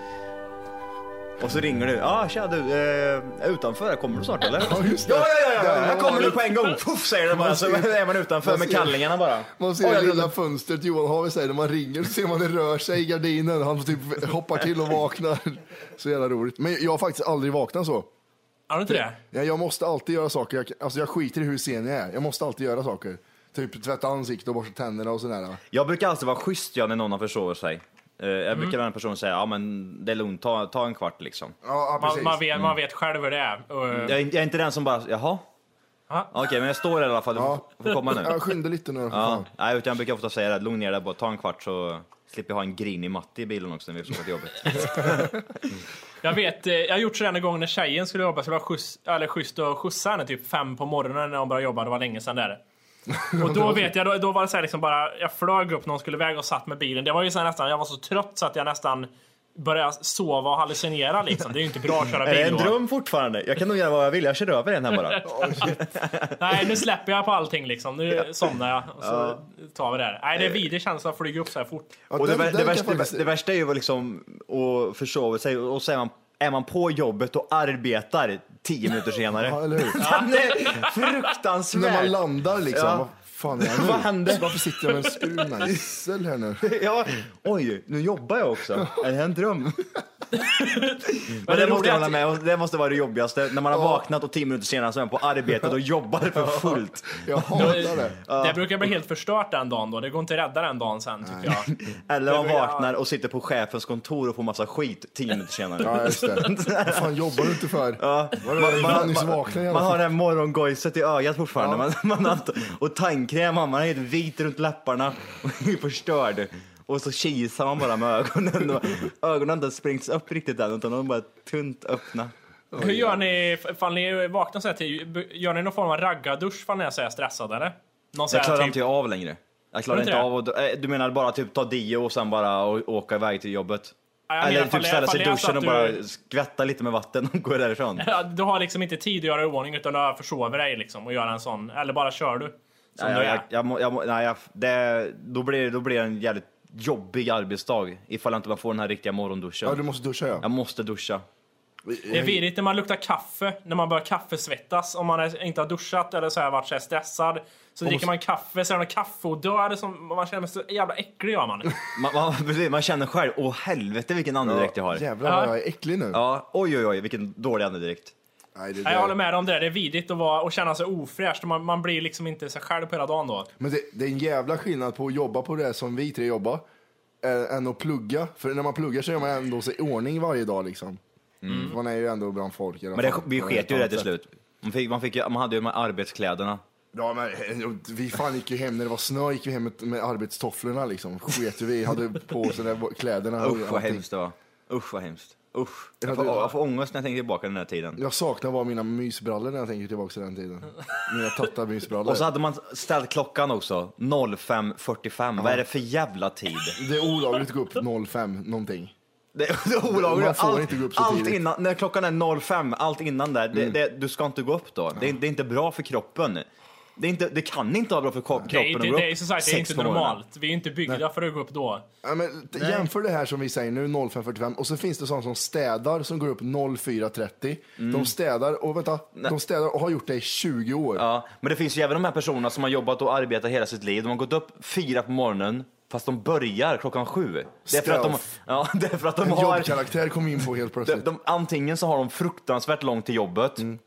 Speaker 6: Och så ringer du, ja ah, tja du, eh, utanför, kommer du snart eller? Ja,
Speaker 2: just det.
Speaker 6: ja, ja, ja,
Speaker 2: Där
Speaker 6: jag
Speaker 2: var
Speaker 6: kommer nu
Speaker 2: det.
Speaker 6: på en gång, puff säger det bara, så är man utanför
Speaker 2: Man
Speaker 6: med
Speaker 2: ser-
Speaker 6: kallingarna bara.
Speaker 2: Man
Speaker 6: Oj,
Speaker 2: ser det
Speaker 6: jag glömde-
Speaker 2: lilla fönstret Johan har vid sig när man ringer så ser man det rör sig i gardinen. Han typ hoppar till och vaknar. Så jävla roligt. Men jag har faktiskt aldrig vaknat så.
Speaker 3: Har du inte det?
Speaker 2: Ja, Jag måste alltid göra saker. Jag, alltså jag skiter i hur sen jag är. Jag måste alltid göra saker. Typ tvätta ansiktet och borsta tänderna och sådär.
Speaker 6: Jag brukar alltid vara schysst ja, när någon har försovit sig. Eh, Jag brukar vara en person som säger, ja men det är lugnt, ta, ta en kvart liksom.
Speaker 2: Ja, ja
Speaker 3: Man,
Speaker 2: precis.
Speaker 3: man, vet, man vet själv hur det är. Och,
Speaker 6: Jag är, jag är inte den som bara, jaha?
Speaker 3: Ja.
Speaker 6: Okej, men jag står här i alla fall, du
Speaker 2: Ja.
Speaker 6: får- får komma nu.
Speaker 2: Ja, skynda lite nu.
Speaker 6: Ja.
Speaker 2: Ja.
Speaker 6: Nej, utan jag brukar ofta säga det, lugn ner dig bara, ta en kvart så slipper jag ha en grinig matte i bilen också när vi ska åka till jobbet.
Speaker 3: Jag vet, eh, jag har gjort så en gång när tjejen skulle jobba, så det var skjuts, eller schysst att skjutsa henne typ fem på morgonen när hon började jobba, det var länge sedan där. Och då vet jag, då, då var det så här liksom bara, jag flög upp när hon skulle iväg och satt med bilen. Det var ju så här nästan, jag var så trött så att jag nästan började sova och hallucinera liksom. Det är ju inte bra att köra
Speaker 6: är det
Speaker 3: bil
Speaker 6: en
Speaker 3: då.
Speaker 6: dröm fortfarande? Jag kan nog göra vad jag vill, jag kör över den här bara.
Speaker 3: Nej, nu släpper jag på allting liksom. Nu somnar jag och så tar vi det här. Nej, det är vidrig känsla att flyga upp så här fort.
Speaker 2: Ja,
Speaker 6: Och det,
Speaker 2: den-
Speaker 6: vär- det,
Speaker 2: den kan
Speaker 6: värsta,
Speaker 2: faktiskt-
Speaker 6: det värsta är ju liksom att försova sig och så är man, är man på jobbet och arbetar tio minuter senare.
Speaker 2: Ja, eller hur?
Speaker 6: Nej, fruktansvärt!
Speaker 2: När man landar liksom.
Speaker 6: Ja.
Speaker 2: Vad fan är jag nu?
Speaker 6: Vad hände?
Speaker 2: Varför sitter jag med en skruvna gissel här nu?
Speaker 6: Ja, oj, nu jobbar jag också. Är det här en dröm? Men
Speaker 3: det roliga
Speaker 6: det måste jag
Speaker 3: är
Speaker 6: hålla
Speaker 3: att-
Speaker 6: med om. Det måste vara det jobbigaste. När man har vaknat och tio minuter senare så är man på arbetet och jobbar för fullt.
Speaker 2: Jag hatar det.
Speaker 3: Det brukar bli helt förstört den dagen då. Det går inte att rädda den dagen sen tycker jag.
Speaker 6: Eller man
Speaker 3: Det blir-
Speaker 6: vaknar och sitter på chefens kontor och får massa skit tio minuter senare.
Speaker 2: Ja, just det. Vad fan jobbar du inte för?
Speaker 6: Ja.
Speaker 2: Vad är det? Man har nyss vaknat i alla
Speaker 6: man har
Speaker 2: fall.
Speaker 6: det här morgongojset i ögat fortfarande. Man, man har, inte- och tandkräm har man, är helt vit runt läpparna och är förstörd. Och så kisar man bara med ögonen. Och Ögonen har inte sprängts upp riktigt än utan de är bara tunt öppna.
Speaker 3: Hur gör ni ifall ni vaknar så här till? Gör ni någon form av raggardusch ifall ni är så här stressade eller? Någon så
Speaker 6: Jag klarar
Speaker 3: här,
Speaker 6: inte
Speaker 3: typ,
Speaker 6: av längre. Jag klarar
Speaker 3: Gör du
Speaker 6: inte
Speaker 3: inte
Speaker 6: av att, eh, du menar bara typ ta dio och sen bara å- åka iväg till jobbet?
Speaker 3: Ja, jag menar
Speaker 6: Eller
Speaker 3: ifall
Speaker 6: typ
Speaker 3: det-
Speaker 6: ställa
Speaker 3: ifall
Speaker 6: sig i
Speaker 3: det är så
Speaker 6: duschen och bara
Speaker 3: att du-
Speaker 6: skvätta lite med vatten och gå därifrån?
Speaker 3: Ja, du har liksom inte tid att göra i ordning utan du försover dig liksom och gör en sån. Eller bara kör du. Som
Speaker 6: Nej,
Speaker 3: du
Speaker 6: jag,
Speaker 3: är.
Speaker 6: jag, jag, må- jag, må- nej, jag, det, då, blir, då blir det en jävligt jobbig arbetsdag ifall jag inte bara får den här riktiga morgonduschen.
Speaker 2: Ja, du måste duscha ja.
Speaker 6: Jag måste duscha.
Speaker 3: Det är virrigt när man luktar kaffe, när man börjar kaffesvettas om man är, inte har duschat eller så här varit så här stressad. Så dricker man kaffe, så är det någon kaffeodör som man känner sig så jävla äcklig gör man.
Speaker 6: Man, man, precis, man känner själv, åh helvete vilken andedräkt jag har.
Speaker 2: Jävlar vad jag är äcklig nu.
Speaker 6: Ja, oj oj oj vilken dålig andedräkt.
Speaker 2: Nej, det,
Speaker 3: Nej, jag håller
Speaker 2: det.
Speaker 3: med om det där. Det är vidrigt att vara, och känna sig ofräsch. Man, man blir liksom inte sig själv på hela dagen då.
Speaker 2: Men det, det är en jävla skillnad på att jobba på det som vi tre jobbar, eh, än att plugga. För när man pluggar så gör man ändå sig i ordning varje dag liksom. För Man är ju ändå bland folk. i alla
Speaker 6: Mm. Men det,
Speaker 2: fall.
Speaker 6: vi
Speaker 2: Man är
Speaker 6: sket ju
Speaker 2: på
Speaker 6: i det
Speaker 2: något
Speaker 6: till
Speaker 2: sätt.
Speaker 6: slut. Man, fick, man, fick, ju- man hade ju de här arbetskläderna.
Speaker 2: Ja, men, eh, vi fan gick ju hem när det var snö, gick vi hem med, med arbetstofflorna liksom. Sket ju vi, hade på oss de där kläderna. och
Speaker 6: Usch vad
Speaker 2: allting.
Speaker 6: hemskt det var. Usch vad hemskt. Usch.
Speaker 2: Ja,
Speaker 6: Jag får,
Speaker 2: du-
Speaker 6: jag får ångest när jag tänker tillbaka till den här tiden.
Speaker 2: Jag saknar bara mina mysbrallor när jag tänker tillbaka till den tiden. Mina tatta mysbrallor.
Speaker 6: Och så hade man ställt klockan också. 05.45. Vad är det för jävla tid?
Speaker 2: Det är olagligt att gå upp 05 någonting.
Speaker 6: Det är, det är olagligt.
Speaker 2: Man får
Speaker 6: allt,
Speaker 2: inte gå upp så
Speaker 6: allt
Speaker 2: tidigt.
Speaker 6: innan, när Mm. klockan är 05, allt innan där, det, det, du ska inte gå upp då. Det, är- det är inte bra för kroppen. Det, är inte, det kan inte vara bra för ko- kroppen
Speaker 3: Det är,
Speaker 6: att
Speaker 3: inte,
Speaker 6: gå upp
Speaker 3: det är, som sagt, det är
Speaker 6: sex
Speaker 3: inte
Speaker 6: på morgonen.
Speaker 3: normalt. Vi är inte byggda för att gå upp då.
Speaker 2: Ja, men, t- jämför det här som vi säger nu, 05.45, och så finns det sådana som städar som går upp 04.30.
Speaker 6: Mm.
Speaker 2: De städar och vänta, de städar och har gjort det i 20 år.
Speaker 6: Ja, men det finns ju även de här personerna som har jobbat och arbetat hela sitt liv. De har gått upp fyra på morgonen fast de börjar klockan sju. Det är för att de,
Speaker 2: Stealth.
Speaker 6: ja, det är för att de
Speaker 2: En
Speaker 6: har...
Speaker 2: jobbkaraktär kom in på helt
Speaker 6: De,
Speaker 2: plötsligt.
Speaker 6: de, antingen så har de fruktansvärt långt till jobbet
Speaker 3: Mm.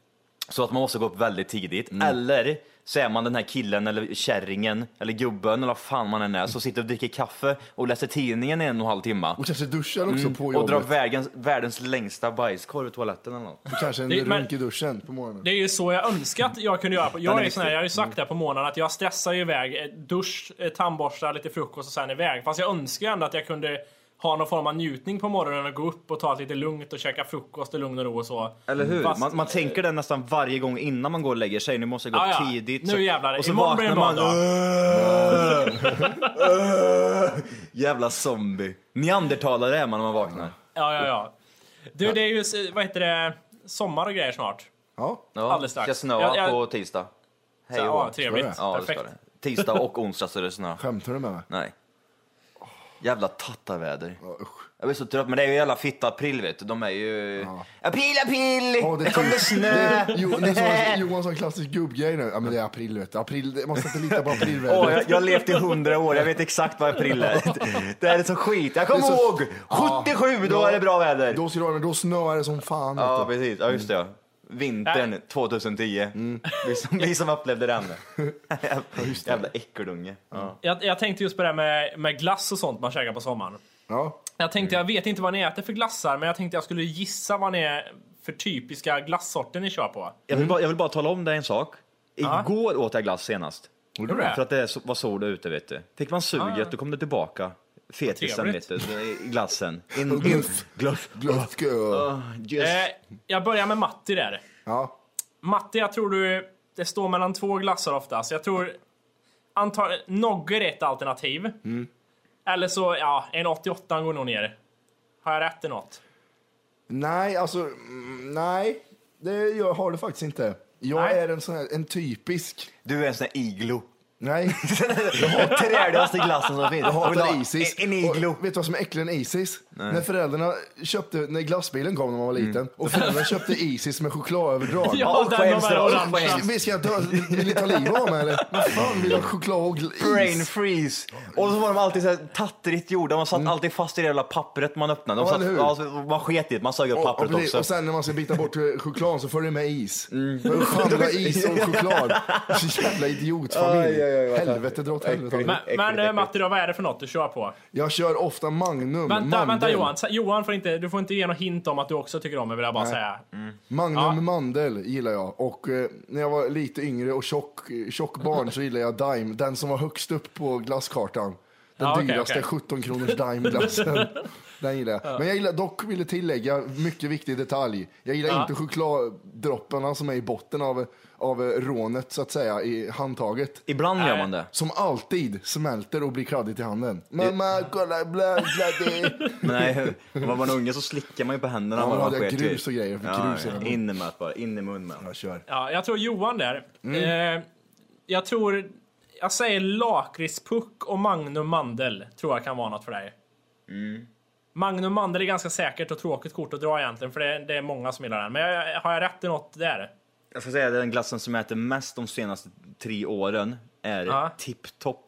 Speaker 6: så att man måste gå upp väldigt tidigt. Eller så är man den här killen eller kärringen eller gubben eller vad fan man än är
Speaker 3: Mm.
Speaker 6: som sitter och dricker kaffe och läser tidningen i en och en halv timme.
Speaker 2: Och kanske duschar också på
Speaker 6: Mm. Och
Speaker 2: jobbet.
Speaker 6: drar världens, världens längsta bajskorv i toaletten eller något.
Speaker 2: Och kanske en
Speaker 3: Det- men-
Speaker 2: runk i duschen på morgonen.
Speaker 3: Det är ju så jag önskar att jag kunde göra. på-
Speaker 6: Den
Speaker 3: Jag,
Speaker 6: är Mm.
Speaker 3: är sån här,
Speaker 6: viktig.
Speaker 3: jag har ju sagt det här på månaden att jag stressar ju iväg. eh, Dusch, eh, tandborsta, lite frukost och sen iväg. Fast jag önskar ju ändå att jag kunde ha någon form av njutning på morgonen och gå upp och ta det lite lugnt och käka frukost i lugn och ro och så.
Speaker 6: Eller hur?
Speaker 3: Fast-
Speaker 6: man, man tänker det nästan varje gång innan man går och lägger sig. Nu måste jag gå
Speaker 3: Ja,
Speaker 6: upp
Speaker 3: ja.
Speaker 6: tidigt.
Speaker 3: Nu
Speaker 6: Så-
Speaker 3: jävlar,
Speaker 6: Och så
Speaker 3: imorgon blir
Speaker 6: vaknar
Speaker 3: det
Speaker 6: man. Jävla zombie. Neandertalare är man när man vaknar.
Speaker 3: Ja, ja, ja. Du, det är ju, eh, vad heter det, sommar och grejer snart.
Speaker 2: Ja.
Speaker 6: Ja,
Speaker 3: Alldeles strax.
Speaker 6: Ska snöa
Speaker 3: Jag- jag-
Speaker 6: på tisdag. Hej
Speaker 3: Så,
Speaker 6: och hå.
Speaker 3: ja, trevligt.
Speaker 2: Ska
Speaker 6: Ja, det
Speaker 3: Perfekt.
Speaker 6: ska det. Tisdag och onsdag så är det snö.
Speaker 2: Skämtar du med mig?
Speaker 6: Nej. Jävla tattarväder.
Speaker 2: Ja, usch.
Speaker 6: Jag blir så trött, men det är ju jävla fitta april vet du. De är ju... April, april!
Speaker 2: Ja, det är
Speaker 6: kommer
Speaker 2: typ-
Speaker 6: snö!
Speaker 2: det- Jo, det är så- Johan sa en klassisk gubbgrej nu. Ja men det är april vet du. April, det- man ska inte lita på
Speaker 6: Åh,
Speaker 2: aprilvädret.
Speaker 6: jag, jag har levt i hundra år, jag vet exakt vad april är. Det här är så skit. Jag kommer
Speaker 2: Det är så-
Speaker 6: ihåg! 77, då
Speaker 2: Ja.
Speaker 6: är det bra väder.
Speaker 2: Då ska du ha den, då snöar det som fan.
Speaker 6: Ja,
Speaker 2: vet du.
Speaker 6: precis. Ja, just det. Ja. Vintern 2010. Vi, som, vi som upplevde den. Jävla äckelunge. Ja.
Speaker 3: Jag, jag tänkte just på det här med, med glass och sånt man käkar på sommaren.
Speaker 2: Ja.
Speaker 3: Jag tänkte, jag vet inte vad ni äter för glassar, men jag tänkte jag skulle gissa vad ni är för typiska glassorter ni kör på.
Speaker 6: Jag, vill bara, jag vill bara tala om dig en sak.
Speaker 3: Ja.
Speaker 6: Igår åt jag glass senast.
Speaker 3: Gjorde du det?
Speaker 6: För att det är så- var sol ute vet du. Fick man suget då kom det tillbaka. Fetisen vet
Speaker 3: Trevligt.
Speaker 6: du, i glassen. In, in,
Speaker 2: Gluff.
Speaker 6: gluff.
Speaker 2: Glötskö.
Speaker 6: Ah, just.
Speaker 3: Eh, jag börjar med Matti där.
Speaker 2: Ja.
Speaker 3: Matti, jag tror du... Det står mellan två glassar ofta, så jag tror... Antal, nogger är ett alternativ. Eller så, ja, en 88 går nog ner. Har jag rätt i något?
Speaker 2: Nej, alltså, mm, nej. Det jag har det faktiskt inte. Jag
Speaker 3: Nej.
Speaker 2: är en sån här, en typisk.
Speaker 6: Du är en sån här iglo.
Speaker 2: Nej,
Speaker 6: Träligaste glassen som finns.
Speaker 2: jag
Speaker 6: Vill
Speaker 2: hatar
Speaker 6: du ha
Speaker 2: Isis.
Speaker 6: En, en iglo.
Speaker 2: Och vet du vad som är äckligare än Isis? När föräldrarna köpte, när glassbilen kom när man var
Speaker 6: Mm.
Speaker 2: liten och föräldrarna köpte Isis med chokladöverdrag.
Speaker 3: Ja,
Speaker 6: och
Speaker 3: den var
Speaker 6: på Hemsö
Speaker 3: väl
Speaker 6: och på
Speaker 3: orangea.
Speaker 6: Hemsö.
Speaker 2: Vi ska dö, vill ni ta livet av mig eller? Vad fan vill ha choklad och gl-
Speaker 6: Brain
Speaker 2: is?
Speaker 6: freeze! Och så var de alltid så här tattrigt gjorda, man satt alltid fast i det jävla pappret man öppnade.
Speaker 2: Mm.
Speaker 6: De
Speaker 2: Ja,
Speaker 6: satt,
Speaker 2: eller hur?
Speaker 6: ja, så man sket i det, man sög upp
Speaker 2: Och, och,
Speaker 6: pappret
Speaker 2: precis,
Speaker 6: också. Mm.
Speaker 2: och sen när man ska bita bort eh, chokladen så följer det med is. Vad fan vill ha is och choklad? Så jävla idiotfamilj.
Speaker 6: Aj, aj, aj, vad
Speaker 2: helvete dra åt helvete.
Speaker 3: Men,
Speaker 6: Äckligt,
Speaker 3: men eh,
Speaker 6: äckligt.
Speaker 3: Matti, då, vad är det för något du kör på?
Speaker 2: Jag kör ofta Magnum.
Speaker 3: Vänta,
Speaker 2: mandel.
Speaker 3: vänta Johan. Sa- Johan, får inte, du får inte ge någon hint om att du också tycker om det, vill jag bara säga.
Speaker 2: Magnum
Speaker 3: Ja.
Speaker 2: mandel gillar jag. Och eh, när jag var lite yngre och tjock, eh, tjock barn så gillade jag Dime. Den som var högst upp på glasskartan. Den
Speaker 3: Ja, okej,
Speaker 2: dyraste
Speaker 3: okej.
Speaker 2: 17 kronors Dime-glassen. Den gillar jag. Men jag gillar, dock ville tillägga, mycket viktig detalj. Jag gillar
Speaker 3: Ja.
Speaker 2: inte chokladdropparna som är i botten av, av eh, rånet så att säga, i handtaget.
Speaker 6: Ibland gör
Speaker 3: Nej.
Speaker 6: man det.
Speaker 2: Som alltid smälter och blir kladdigt i handen. Mamma, kolla, bla, bla, det.
Speaker 6: Men nej, var man unge så slickar man ju på händerna.
Speaker 2: Ja,
Speaker 6: när
Speaker 2: då
Speaker 6: man
Speaker 2: hade jag
Speaker 6: sket i det.
Speaker 2: grus och grejer, för
Speaker 6: Ja,
Speaker 2: grus i
Speaker 6: ja,
Speaker 2: den.
Speaker 6: in i munnen bara, in i munnen. med.
Speaker 2: Jag kör.
Speaker 3: Ja, jag tror Johan där. Eh, jag tror... Jag säger lakritspuck och Magnum mandel. Tror jag kan vara något för dig. Magnum mandel är ganska säkert och tråkigt kort att dra egentligen, för det, det är många som gillar den. Men jag, har jag rätt i något där?
Speaker 6: Jag ska säga att den glassen som jag äter mest de senaste tre åren är
Speaker 3: Ja.
Speaker 6: Tipptopp.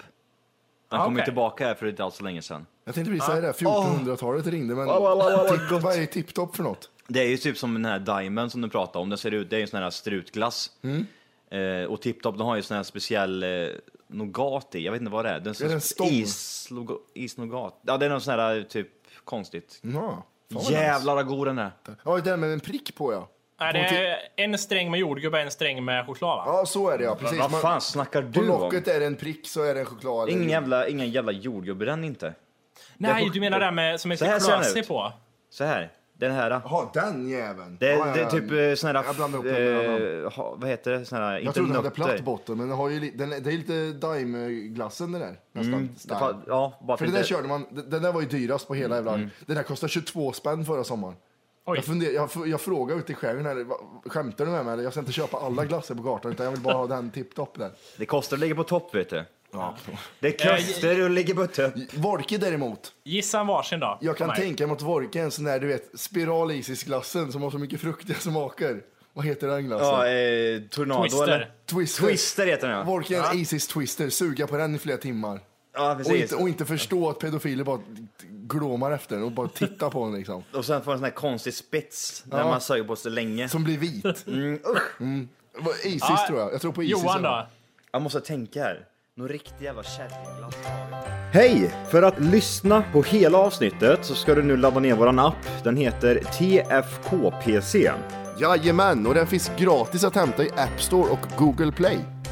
Speaker 6: Den
Speaker 3: Ja,
Speaker 6: kom ju
Speaker 3: okej.
Speaker 6: tillbaka här för inte alls så länge sedan.
Speaker 2: Jag tänkte precis säga det, 1400-talet ringde men
Speaker 6: Åh, åh, åh, åh,
Speaker 2: tipp, vad är tipptopp för något?
Speaker 6: Det är ju typ som den här Diamond som du pratade om. Den ser ut, det är ju en sån här strutglass.
Speaker 2: Mm.
Speaker 6: Eh, och TipTop, de har ju sån här speciell eh, nougat i. Jag vet inte vad det är. Den
Speaker 2: Är det en stång?
Speaker 6: is, isnougat. Ja, det är någon sån här typ konstigt.
Speaker 2: Ja, fan vad
Speaker 6: Jävlar vad god den är.
Speaker 2: nice. Ja, det där med en prick på ja.
Speaker 3: Är det en sträng med jordgubbe en sträng med choklad? Va?
Speaker 2: Ja, så är det ja, precis.
Speaker 6: Vad
Speaker 2: Man-
Speaker 6: fan snackar
Speaker 2: på
Speaker 6: du om?
Speaker 2: locket är det en prick så är det en choklad.
Speaker 6: Ingen jävla, ingen jävla jordgubbe den inte.
Speaker 3: Nej, du menar den med, som är
Speaker 6: Så här ser den
Speaker 3: klösig
Speaker 6: ut.
Speaker 3: på?
Speaker 6: Så här. Den här.
Speaker 2: Jaha, den jäveln.
Speaker 6: Det,
Speaker 2: Ja, ja,
Speaker 6: det är
Speaker 2: ja.
Speaker 6: typ eh, sån
Speaker 2: Jag blandar ihop den med en annan.
Speaker 6: här, eh, ha- vad heter det? Sån här,
Speaker 2: Jag
Speaker 6: inte
Speaker 2: trodde den hade
Speaker 6: nötter.
Speaker 2: platt botten men den har ju, li- den, det är lite daimglassen det där. Nästan.
Speaker 6: Det
Speaker 2: Stark.
Speaker 6: fa- Mm, Ja, Mm. bara
Speaker 2: För det där körde man, det- den där var ju dyrast på hela jävla... Den där kostade 22 spänn förra sommaren.
Speaker 3: Oj.
Speaker 2: Jag, funder, jag, f- jag frågade ute i skärgården, här, "Va- skämtar du med mig? eller? Jag ska inte köpa alla glassar på kartan, utan jag vill bara ha den tipptopp där.
Speaker 6: Det kostar att ligga på topp, vet du. Det kostar att ligga på topp.
Speaker 2: Volke däremot,
Speaker 3: Gissa en varsin då.
Speaker 2: jag kan
Speaker 3: Nej.
Speaker 2: tänka mig att Volke är en sån där, du vet, spiral isisglassen som har så mycket fruktiga smaker. Vad heter den glassen?
Speaker 6: Ja, eh, tornado
Speaker 3: Twister.
Speaker 6: eller?
Speaker 2: Twister.
Speaker 6: Twister heter den ja.
Speaker 2: Volke är en Isis Twister, suga på den i flera timmar.
Speaker 6: ja
Speaker 2: Och
Speaker 6: precis.
Speaker 2: inte, och inte förstå att pedofiler bara glåmar efter den och bara tittar på den liksom.
Speaker 6: Och sen får en sån här konstig spets när
Speaker 2: Ja.
Speaker 6: man söker på sig länge.
Speaker 2: Som blir vit. Mm. Det var Isis
Speaker 3: Ja,
Speaker 2: tror jag. Jag tror på Isis.
Speaker 3: Johan
Speaker 2: ändå.
Speaker 3: då?
Speaker 6: Jag måste tänka här. Någon riktig jävla kärringglass.
Speaker 5: Hej! För att lyssna på hela avsnittet så ska du nu ladda ner våran app. Den heter TFKPC.
Speaker 2: Jajamän, och den finns gratis att hämta i App Store och Google Play.